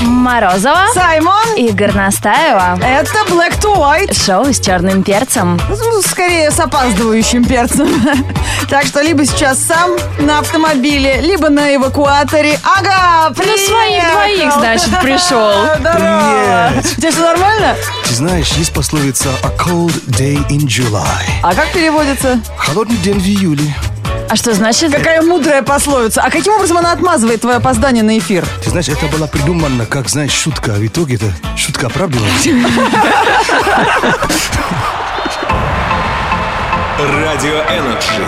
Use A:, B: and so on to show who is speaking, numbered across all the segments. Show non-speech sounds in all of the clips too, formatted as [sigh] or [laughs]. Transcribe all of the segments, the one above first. A: Морозова
B: Саймон,
A: и Горностаева.
B: это Black to White.
A: Шоу с черным перцем.
B: Ну, скорее с опаздывающим перцем. [laughs] Так что либо сейчас сам на автомобиле, либо на эвакуаторе. Ага,
A: Ну,
B: привет!
A: своих двоих, значит, пришел.
B: [laughs] Здорово! У тебя все нормально?
C: Ты знаешь, есть пословица «A cold day in July».
B: А как переводится?
C: Холодный день в июле.
A: А что
B: [laughs]
A: значит?
B: Какая мудрая пословица. А каким образом она отмазывает твое опоздание на эфир?
C: Ты знаешь, это была придумана, как, знаешь, шутка. А В итоге это
B: [laughs]
C: шутка оправдывалась.
D: Радио Энерджи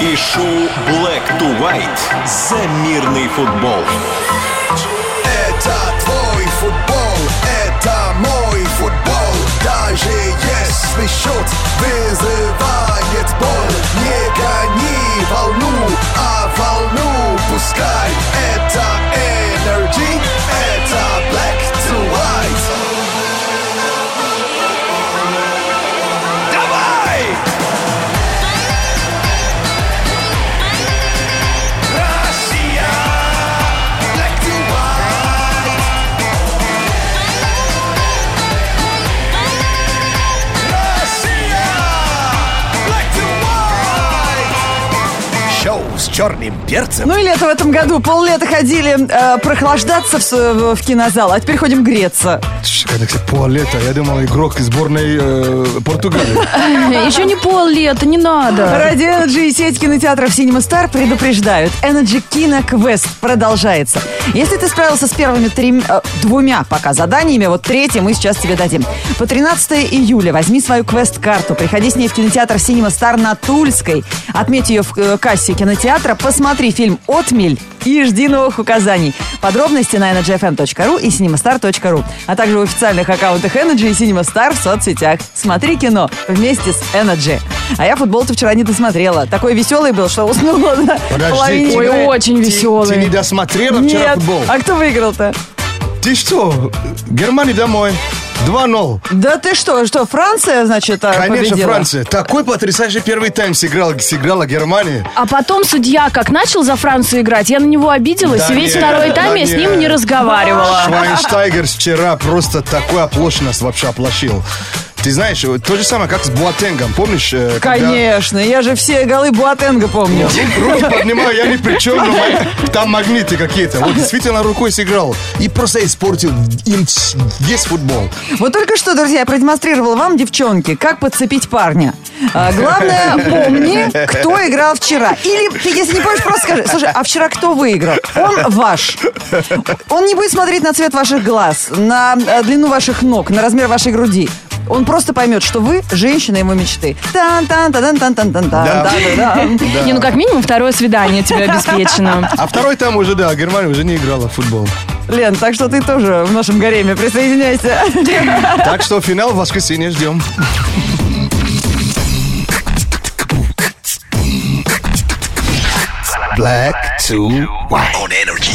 D: и шоу Black to White за мирный футбол.
E: Это твой футбол, это мой футбол. Даже если счет вызывает боль, не гони волну, а волну пускай. Это Energy, это Black to White. Давай! Россия! Black to White! Россия! Black to White! Шоу с черным перцем.
B: Ну и лето в этом году. Поллета ходили э, прохлаждаться в, с- в- в кинозал, а теперь ходим греться.
C: Когда кстати, Пуалета, я думал, игрок сборной э,
B: [laughs]
C: Португалии.
A: Еще не пол лета, не надо.
B: Ради Energy и сеть кинотеатров Cinema Star предупреждают. Energy Кино Квест продолжается. Если ты справился с первыми трем- э, двумя пока заданиями, вот третье мы сейчас тебе дадим. По 13 июля возьми свою квест-карту, приходи с ней в кинотеатр Cinema Star на Тульской, отметь ее в э, кассе кинотеатра, посмотри фильм «Отмель» и жди новых указаний. Подробности на energyfm.ru и cinemastar.ru, а также в официальных аккаунтах Energy и Cinema Star в соцсетях. Смотри кино вместе с Energy. А я футбол-то вчера не досмотрела. Такой веселый был, что уснула на
C: Подожди,
B: половине
C: ты-
A: Ой,
B: игры.
A: очень
C: Ты не
A: веселый.
C: досмотрела вчера
B: Нет.
C: футбол?
B: А кто выиграл-то?
C: Ты что? Германия домой. 2-0.
B: Да ты что, что, Франция, значит, а,
C: Конечно,
B: победила?
C: Франция. Такой потрясающий первый тайм сыграл, сыграла Германия.
A: А потом судья как начал за Францию играть, я на него обиделась,
C: Да
A: и весь
C: нет,
A: второй тайм
C: да
A: я с ним
C: нет.
A: не
B: А.
A: разговаривала.
C: Швайнштайгер вчера просто такой оплошь нас вообще оплошил. Ты знаешь, вот то же самое, как с Буатенгом, помнишь? э, когда-
B: Конечно, я же все голы Буатенга помню.
C: Руки поднимаю, я ни при чем, но мои- там магниты какие-то. Вот действительно рукой сыграл и просто испортил им вс- весь футбол.
B: Вот только что, друзья, я продемонстрировала вам, девчонки, как подцепить парня. А, главное, помни, кто играл вчера. Или, ты, если не помнишь, просто скажи, слушай, а вчера кто выиграл? Он ваш. Он не будет смотреть на цвет ваших глаз, на э, длину ваших ног, на размер вашей груди. Он просто поймет, что вы женщина его мечты. тан тан тан тан тан тан
C: Да.
A: Не, ну как минимум второе свидание тебе
B: [laughs]
A: обеспечено.
C: А второй там уже, да, Германия уже не играла в футбол.
B: Лен, так что ты тоже в нашем гареме присоединяйся.
C: Так что финал в воскресенье ждем.
E: Black to White. On Energy.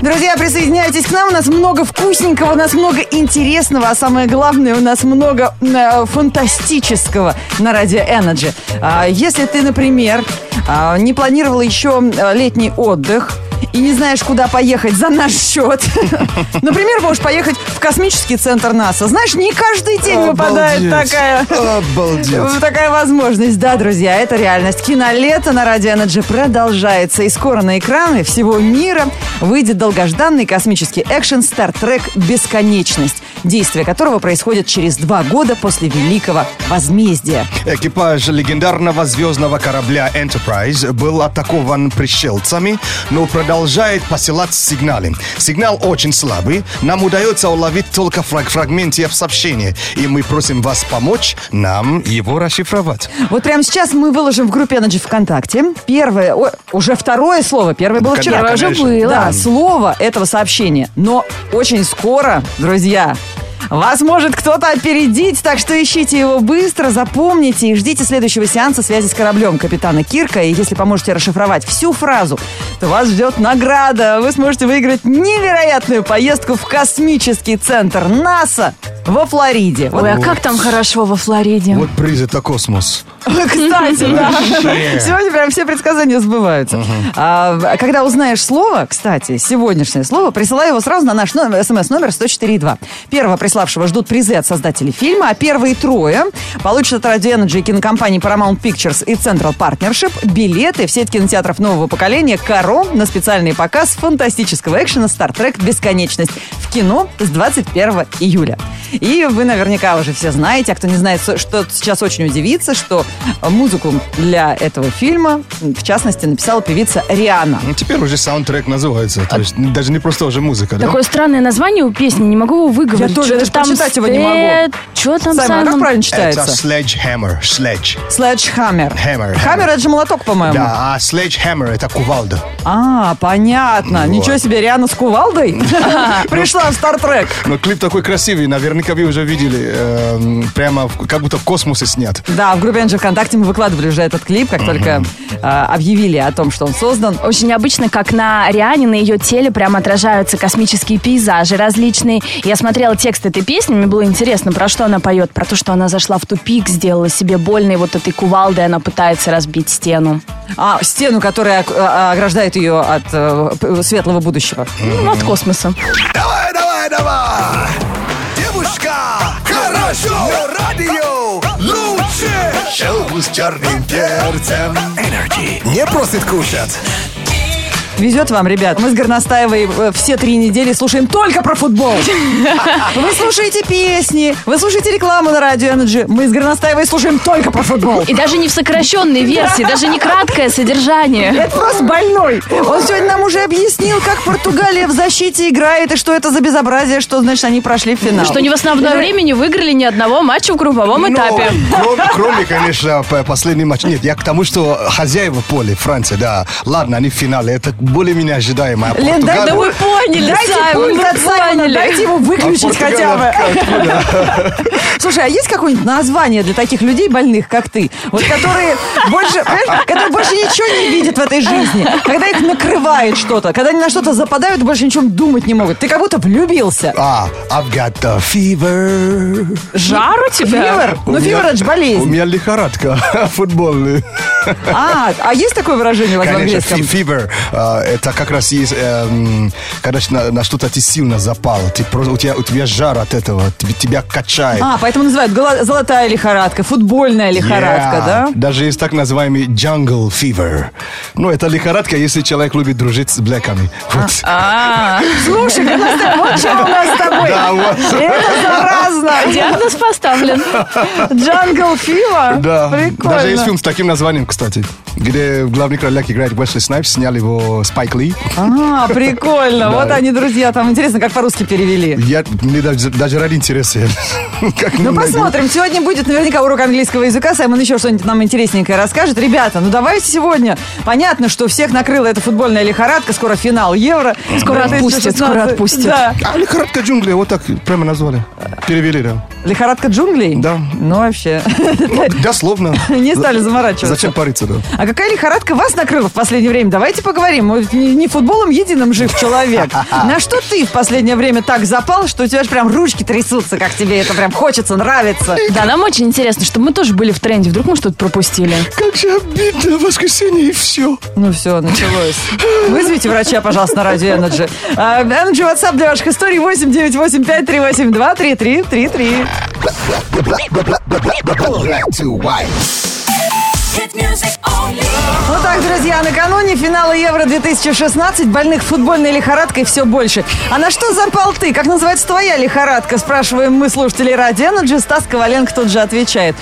B: Друзья, присоединяйтесь к нам. У нас много вкусненького, у нас много интересного, а самое главное, у нас много э, фантастического на радио Energy. А, если ты, например, а, не планировала еще э, летний отдых и не знаешь, куда поехать за наш счет, [laughs] например, можешь поехать в космический центр НАСА. Знаешь, не каждый день выпадает
C: Обалдеть.
B: такая.
C: Обалдеть.
B: Вот Такая возможность, да, друзья, это реальность. Кинолето на Радио Energy продолжается. И скоро на экраны всего мира выйдет долгожданный космический экшен Star Trek «Бесконечность», действие которого происходит через два года после Великого Возмездия.
C: Экипаж легендарного звездного корабля Enterprise был атакован пришельцами, но продолжает посылать сигналы. Сигнал очень слабый, нам удается уловить только фраг фрагменте сообщения, и мы просим вас помочь нам его расшифровать.
B: Вот прямо сейчас мы выложим в группе Energy ВКонтакте первое, о, уже второе слово, первое было вчера.
C: Первое уже Ну, Конечно.
A: было.
B: Да, слово этого сообщения. Но очень скоро, друзья, вас может кто-то опередить, так что ищите его быстро, запомните и ждите следующего сеанса связи с кораблем капитана Кирка. И если поможете расшифровать всю фразу, то вас ждет награда. Вы сможете выиграть невероятную поездку в космический центр НАСА во Флориде. Вот
A: Ой, а как там хорошо во Флориде?
C: Вот призы это космос.
B: [laughs] Кстати, да. Сегодня прям все предсказания сбываются. А, Когда узнаешь слово, кстати, сегодняшнее слово, присылай его сразу на наш смс-номер 104.2. Первого приславшего ждут призы от создателей фильма, а первые трое получат от Radio Energy кинокомпании Paramount Pictures и Central Partnership билеты в сеть кинотеатров нового поколения «Каро» на специальный показ фантастического экшена «Star Trek. Бесконечность» в кино с 21 июля. И вы наверняка уже все знаете, а кто не знает, со- что сейчас очень удивится, что музыку для этого фильма, в частности, написала певица Риана.
C: Ну, Теперь уже саундтрек называется. То есть даже не просто уже музыка, да?
A: Такое странное название у песни, не могу его выговорить.
B: Я тоже,
A: Чё
B: я даже
A: там
B: прочитать его не могу.
A: Что там
B: Саймон, а как
A: Саймон?
B: правильно
C: Это
B: читается?
C: sledgehammer, sledge.
B: Sledgehammer.
C: Hammer, hammer.
B: Хаммер это же молоток, по-моему.
C: Да, а sledgehammer это кувалда.
B: А, понятно.
C: Вот.
B: Ничего себе, Риана с
C: [laughs]
B: кувалдой пришла в Стартрек.
C: Но клип такой красивый, наверняка вы уже видели, эм, прямо в- как будто в космосе снят.
B: Да, в группе NG ВКонтакте мы выкладывали уже этот клип, как только э, объявили о том, что он создан.
A: Очень необычно, как на Ариане, на ее теле прям отражаются космические пейзажи различные. Я смотрела текст этой песни, мне было интересно, про что она поет. Про то, что она зашла в тупик, сделала себе больно, и вот этой кувалдой она пытается разбить стену.
B: А, стену, которая ок- э, ограждает ее от э, п- светлого будущего.
A: Ну, от космоса.
E: Давай, давай, давай! Девушка, хорошо! На радио лучше! Шоу с черным перцем. Energy. Не просит кушать.
B: Везет вам, ребят. Мы с Горностаевой э, все три недели слушаем только
A: [laughs]
B: про футбол. Вы слушаете песни, вы слушаете рекламу на радио Energy. Мы с Горностаевой слушаем только про футбол.
A: И даже не в сокращенной версии, даже не краткое содержание.
B: Это просто больной. Он сегодня нам уже объяснил, как Португалия в защите играет и что это за безобразие, что значит они прошли в финал.
A: Что не в основное время не выиграли ни одного матча в групповом
C: Ну,
A: этапе.
C: кром- кроме, конечно, п- последний матч. Нет, я к тому, что хозяева поля, Франция, да. Ладно, они в финале. Это более-менее ожидаемо. А
B: Лен, дай-
C: Португалия-
A: Да вы поняли,
B: Дайте
A: Саймон,
B: пульт
A: вы
B: от Саймона,
A: поняли.
B: дайте его
C: а
B: выключить хотя бы.
C: Португалия откуда?
B: Слушай, а есть какое-нибудь название для таких людей больных, как ты? Вот которые больше, понимаешь, которые больше ничего не видят в этой жизни. Когда их накрывает что-то, когда они на что-то западают, больше ничем думать не могут. Ты как будто влюбился.
C: А, I've got the fever.
A: Жар у тебя?
B: Фивер? Ну,
C: У меня-
B: фивер это же
C: У
B: болезнь.
C: меня лихорадка [laughs] футбольная.
B: А, а есть такое выражение у вас в
C: Конечно,
B: английском?
C: фи- fever, э, это как раз есть, эм, когда ты на, на что-то ты сильно запал, ты просто- у, тебя, у тебя жар от этого, тебе- тебя качает.
B: А, поэтому называют гола- золотая лихорадка, футбольная лихорадка,
C: Yeah.
B: да?
C: Даже есть так называемый jungle fever. Ну, это лихорадка, если человек любит дружить с блэками. Вот.
B: А,
A: А,
B: Слушай, Горностаев, вот что у нас с тобой.
C: Да, вот.
B: Это заразно.
A: Диагноз поставлен.
B: Джангл Фива?
C: [laughs] Да.
B: Прикольно.
C: Даже есть фильм с таким названием, кстати, где в главный кролик играет Уэсли Снайпс, снял его Спайк Ли.
B: А, прикольно. Вот они, друзья, там интересно, как по-русски перевели.
C: Я, мне даже, даже ради интереса. я- [laughs] как
B: Ну,
C: мы найдем.
B: посмотрим. Сегодня будет наверняка урок английского языка. Саймон еще что-нибудь нам интересненькое расскажет. Ребята, ну давайте сегодня. Понятно, что всех накрыла эта футбольная лихорадка. Скоро финал Евро.
A: Скоро отпустят, скоро
B: 2016.
A: отпустят.
B: Да.
C: А лихорадка джунглей, вот так прямо назвали. Перевели, да.
B: Лихорадка джунглей?
C: Да.
B: Ну, вообще. [laughs]
C: Дословно.
B: Не стали заморачиваться.
C: Зачем париться, да?
B: А какая лихорадка вас накрыла в последнее время? Давайте поговорим. Мы ведь не, не футболом единым жив человек. На что ты в последнее время так запал, что у тебя же прям ручки трясутся, как тебе это прям хочется, нравится?
A: Да, нам очень интересно, чтобы мы тоже были в тренде. Вдруг мы что-то пропустили.
C: Как же обидно, воскресенье и все.
B: Ну все, началось. Вызовите врача, пожалуйста, на радио Energy. А, Energy WhatsApp для ваших историй 89853823333.
E: Black to white.
B: Ну так, друзья, накануне финала Евро-2016 больных футбольной лихорадкой все больше. А на что запал ты? Как называется твоя лихорадка? Спрашиваем мы слушателей Радио Energy. Стас Коваленко тут же отвечает.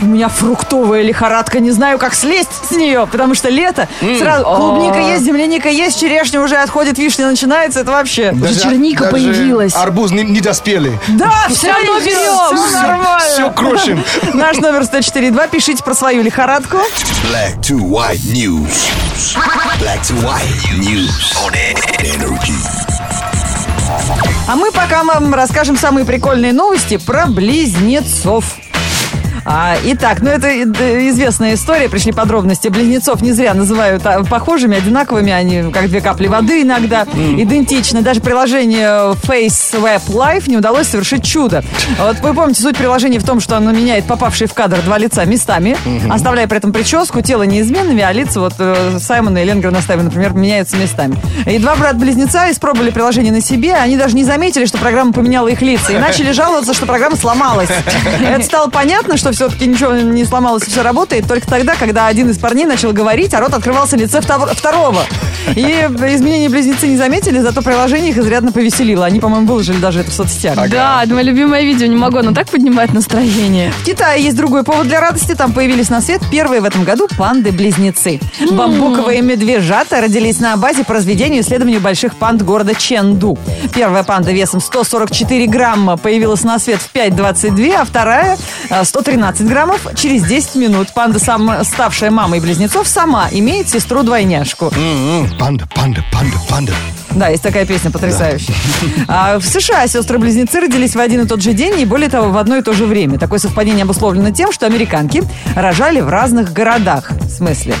B: У меня фруктовая лихорадка, не знаю, как слезть с нее, потому что лето, сразу клубника есть, земляника есть, черешня уже отходит, вишня начинается, это вообще...
A: Даже черника
C: даже
A: появилась.
C: Арбуз не, не доспели.
B: Да, все равно
A: равно
B: берем,
A: берём.
B: все нормально.
C: Все крошим.
B: Наш номер 104.2, пишите про свою лихорадку.
E: Black to white news. Black to white news. On energy.
B: А мы пока вам расскажем самые прикольные новости про близнецов. А, А, итак, ну это э, э, известная история. Пришли подробности. Близнецов не зря называют а, похожими, одинаковыми. Они как две капли воды иногда. Идентичны. Даже приложение FaceWeb Life не удалось совершить чудо. Вот вы помните, суть приложения в том, что оно меняет попавшие в кадр два лица местами, оставляя при этом прическу, тело неизменными, а лица вот э, Саймона и Ленгрена Стайва, например, меняются местами. И два брат-близнеца испробовали приложение на себе. Они даже не заметили, что программа поменяла их лица. И начали жаловаться, что программа сломалась. Это стало понятно, что все-таки ничего не сломалось, все работает. Только тогда, когда один из парней начал говорить, а рот открывался в лице втор- второго. И изменения близнецы не заметили, зато приложение их изрядно повеселило. Они, по-моему, выложили даже это в соцсетях.
A: Да, это мое любимое видео, не могу, оно так поднимает настроение.
B: В Китае есть другой повод для радости. Там появились на свет первые в этом году панды-близнецы. Бамбуковые медвежата родились на базе по разведению и исследованию больших панд города Ченду. Первая панда весом 144 грамма появилась на свет в 5.22, а вторая э, 113 граммов через 10 минут. Панда, сам, ставшая мамой близнецов, сама имеет сестру-двойняшку.
C: М-м, Панда, панда, панда, панда.
B: Да, есть такая песня потрясающая. А в США сестры-близнецы родились в один и тот же день и, более того, в одно и то же время. Такое совпадение обусловлено тем, что американки рожали в разных городах. В
A: [laughs]
B: смысле?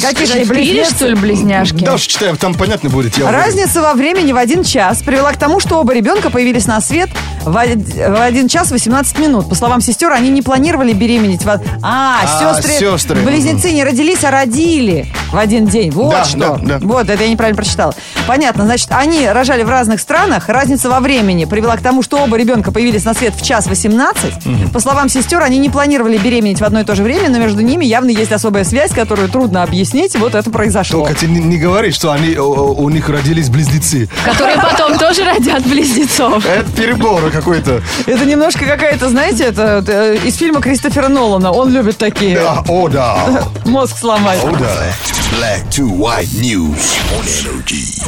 B: Какие же
A: Четыре,
B: они близнецы?
A: что ли, близняшки?
C: Да уж читаю, там понятно будет. я уверен.
B: Разница во времени в один час привела к тому, что оба ребенка появились на свет в один, в один час 18 минут. По словам сестер, они не планировали беременеть. в од- А,
C: А,
B: сестры,
C: сестры.
B: Близнецы не родились, а родили в один день. Вот
C: Да,
B: что.
C: да, да.
B: Вот, это я неправильно прочитала. Понятно, значит, они рожали в разных странах. Разница во времени привела к тому, что оба ребенка появились на свет в час 18. По словам сестер, они не планировали беременеть в одно и то же время, но между ними явно есть особая связь, которую трудно объяснить. Вот это произошло.
C: Только ты не, не говори, что они, о- о- у них родились близнецы.
A: Которые потом тоже родят близнецов.
C: Это перебор какой-то.
B: Это немножко какая-то, знаете, это э, из фильма Кристофера Нолана. Он любит такие.
C: Да, А, о да,
B: Мозг сломать.
C: о да.
E: Black to white news on energy.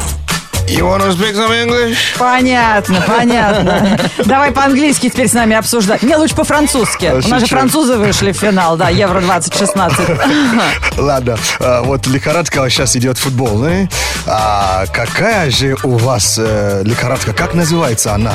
C: You wanna speak some English?
B: Понятно, понятно. Давай по-английски теперь с нами обсуждать. Не, лучше по-французски. У нас же
C: шучу.
B: французы вышли в финал, да, Евро-2016.
C: Ладно, э, вот лихорадка сейчас идет футбол, да? А какая же у вас э, лихорадка? Как называется она?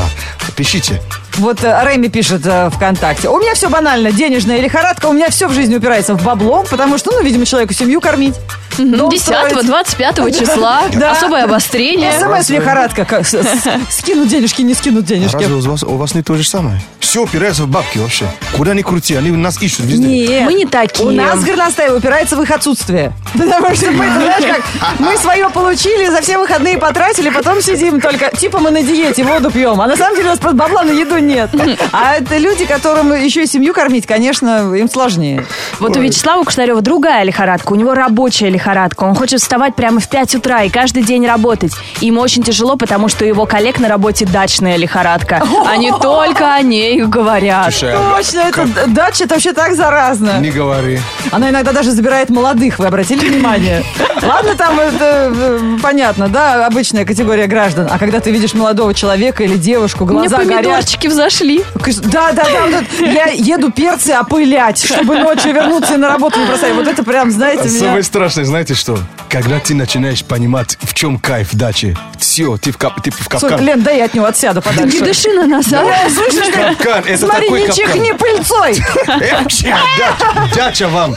C: Пишите.
B: Вот э, Рэми пишет э, ВКонтакте. У меня все банально, денежная лихорадка, у меня все в жизни упирается в бабло, потому что, ну, видимо, человеку семью кормить. дом
A: 10
B: строить.
A: 25 числа.
B: Да.
A: Особое обострение.
B: СМС-лихорадка. как с- с- Скинут денежки, не скинут денежки.
C: Разве у вас, у вас не то же самое? Все упирается в бабки вообще. Куда ни крути, они нас ищут везде.
B: Нет.
A: Мы не такие.
B: У нас горностаева упирается в их отсутствие. [laughs] Потому что мы, знаешь, как, мы свое получили, за все выходные потратили, потом сидим только, типа мы на диете, воду пьем. А на самом деле у нас просто бабла на еду нет. А это люди, которым еще и семью кормить, конечно, им сложнее.
A: Вот у Вячеслава Кушнарева другая лихорадка. У него рабочая лихорадка. Он хочет вставать прямо в 5 утра и каждый день работать. И Ему очень тяжело, потому что у его коллег на работе дачная лихорадка. Они только о ней говорят.
C: Слушай, а
B: Точно, это дача, это вообще так заразно.
C: Не говори.
B: Она иногда даже забирает молодых, вы обратили внимание? Ладно, там это, э, понятно, да, обычная категория граждан. А когда ты видишь молодого человека или девушку,
A: У меня
B: глаза горят,
A: помидорчики взошли.
B: Да, да, да. вот это. я еду перцы опылять, чтобы ночью вернуться и на работу не бросать. Вот это прям, знаете, меня...
C: Самое страшное, знаете что? Когда ты начинаешь понимать, в чем кайф дачи. Все, ты в, кап, ты в
B: Слушай,
C: капкан.
B: Лен, дай я от него отсяду подальше.
A: Не дыши на нас, а?
B: Э, слышишь, ты?
C: Капкан, это
B: Смотри,
C: такой
B: не
C: капкан.
B: чихни пыльцой.
C: Э, вообще, дача, дача вам.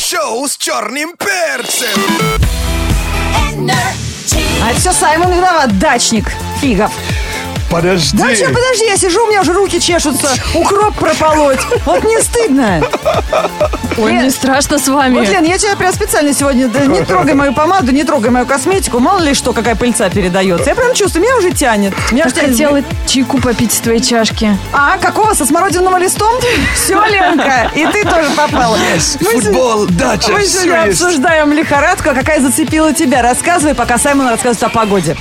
E: Шоу с черным перцем.
B: А это все Саймон виноват, дачник фигов.
C: Подожди.
B: Да вообще, подожди, я сижу, у меня уже руки чешутся. Укроп прополоть. Вот не стыдно.
A: Ой,
B: Лен,
A: мне страшно с вами.
B: Вот, Лен, я тебя прям специально сегодня... да, не трогай мою помаду, не трогай мою косметику. Мало ли что, какая пыльца передается. Я прям чувствую, меня уже тянет. Меня
A: Я
B: уже
A: же
B: тянет.
A: хотела чайку попить из твоей чашки.
B: А, какого? Со смородиновым листом? Все, Ленка, и ты тоже попала. Мы сегодня-
C: Футбол, дача,
B: Мы
C: всё
B: сегодня
C: есть.
B: обсуждаем лихорадку, а какая зацепила тебя. Рассказывай, пока Саймон рассказывает о погоде.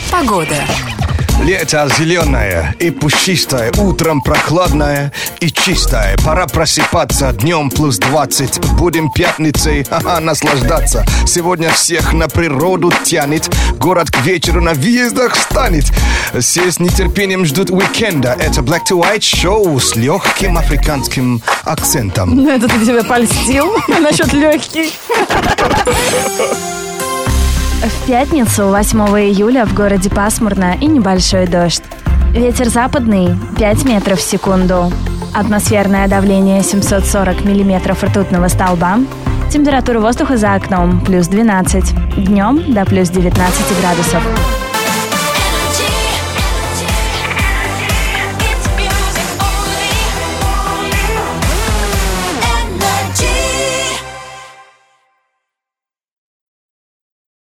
C: Лето зеленое и пушистое, утром прохладное и чистое. Пора просыпаться, днем плюс 20, будем пятницей ха-ха, наслаждаться. Сегодня всех на природу тянет, город к вечеру на въездах встанет. Все с нетерпением ждут уикенда, это Black to White шоу с легким африканским акцентом.
B: Ну, это ты тебя польстил [laughs] насчет легкий.
A: В пятницу, 8 июля, в городе пасмурно и небольшой дождь. Ветер западный 5 метров в секунду. Атмосферное давление 740 миллиметров ртутного столба. Температура воздуха за окном плюс 12. Днем до плюс 19 градусов.